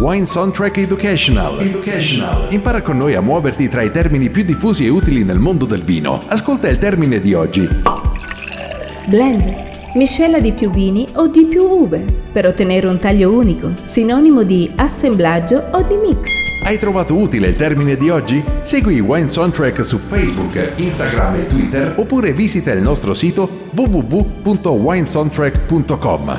Wine Soundtrack Educational. Educational. Impara con noi a muoverti tra i termini più diffusi e utili nel mondo del vino. Ascolta il termine di oggi. Blend. Miscela di più vini o di più uve per ottenere un taglio unico, sinonimo di assemblaggio o di mix. Hai trovato utile il termine di oggi? Segui Wine Soundtrack su Facebook, Instagram e Twitter oppure visita il nostro sito www.winesoundtrack.com.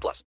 plus.